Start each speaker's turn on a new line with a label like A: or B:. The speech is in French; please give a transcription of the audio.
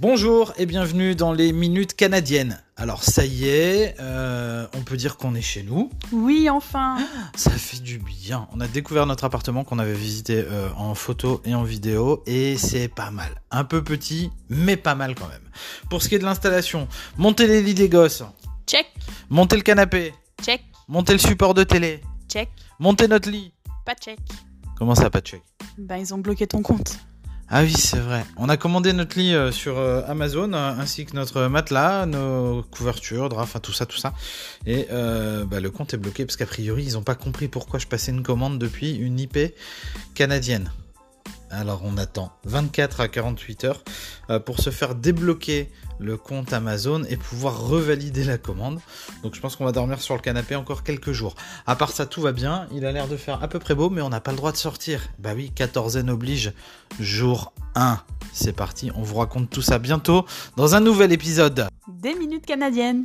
A: Bonjour et bienvenue dans les Minutes Canadiennes. Alors ça y est, euh, on peut dire qu'on est chez nous.
B: Oui, enfin
A: Ça fait du bien. On a découvert notre appartement qu'on avait visité euh, en photo et en vidéo et c'est pas mal. Un peu petit, mais pas mal quand même. Pour ce qui est de l'installation, monter les lits des gosses,
B: Check,
A: monter le canapé,
B: check,
A: monter le support de télé,
B: check,
A: monter notre lit.
B: pas check.
A: Comment ça, pas de check
B: Ben, ils ont bloqué ton compte.
A: Ah oui, c'est vrai. On a commandé notre lit euh, sur euh, Amazon, euh, ainsi que notre matelas, nos couvertures, draps, enfin tout ça, tout ça. Et euh, bah, le compte est bloqué parce qu'a priori, ils n'ont pas compris pourquoi je passais une commande depuis une IP canadienne. Alors on attend 24 à 48 heures euh, pour se faire débloquer le compte Amazon et pouvoir revalider la commande. Donc je pense qu'on va dormir sur le canapé encore quelques jours. À part ça, tout va bien. Il a l'air de faire à peu près beau, mais on n'a pas le droit de sortir. Bah oui, 14 oblige. Jour 1. C'est parti, on vous raconte tout ça bientôt dans un nouvel épisode.
B: Des minutes canadiennes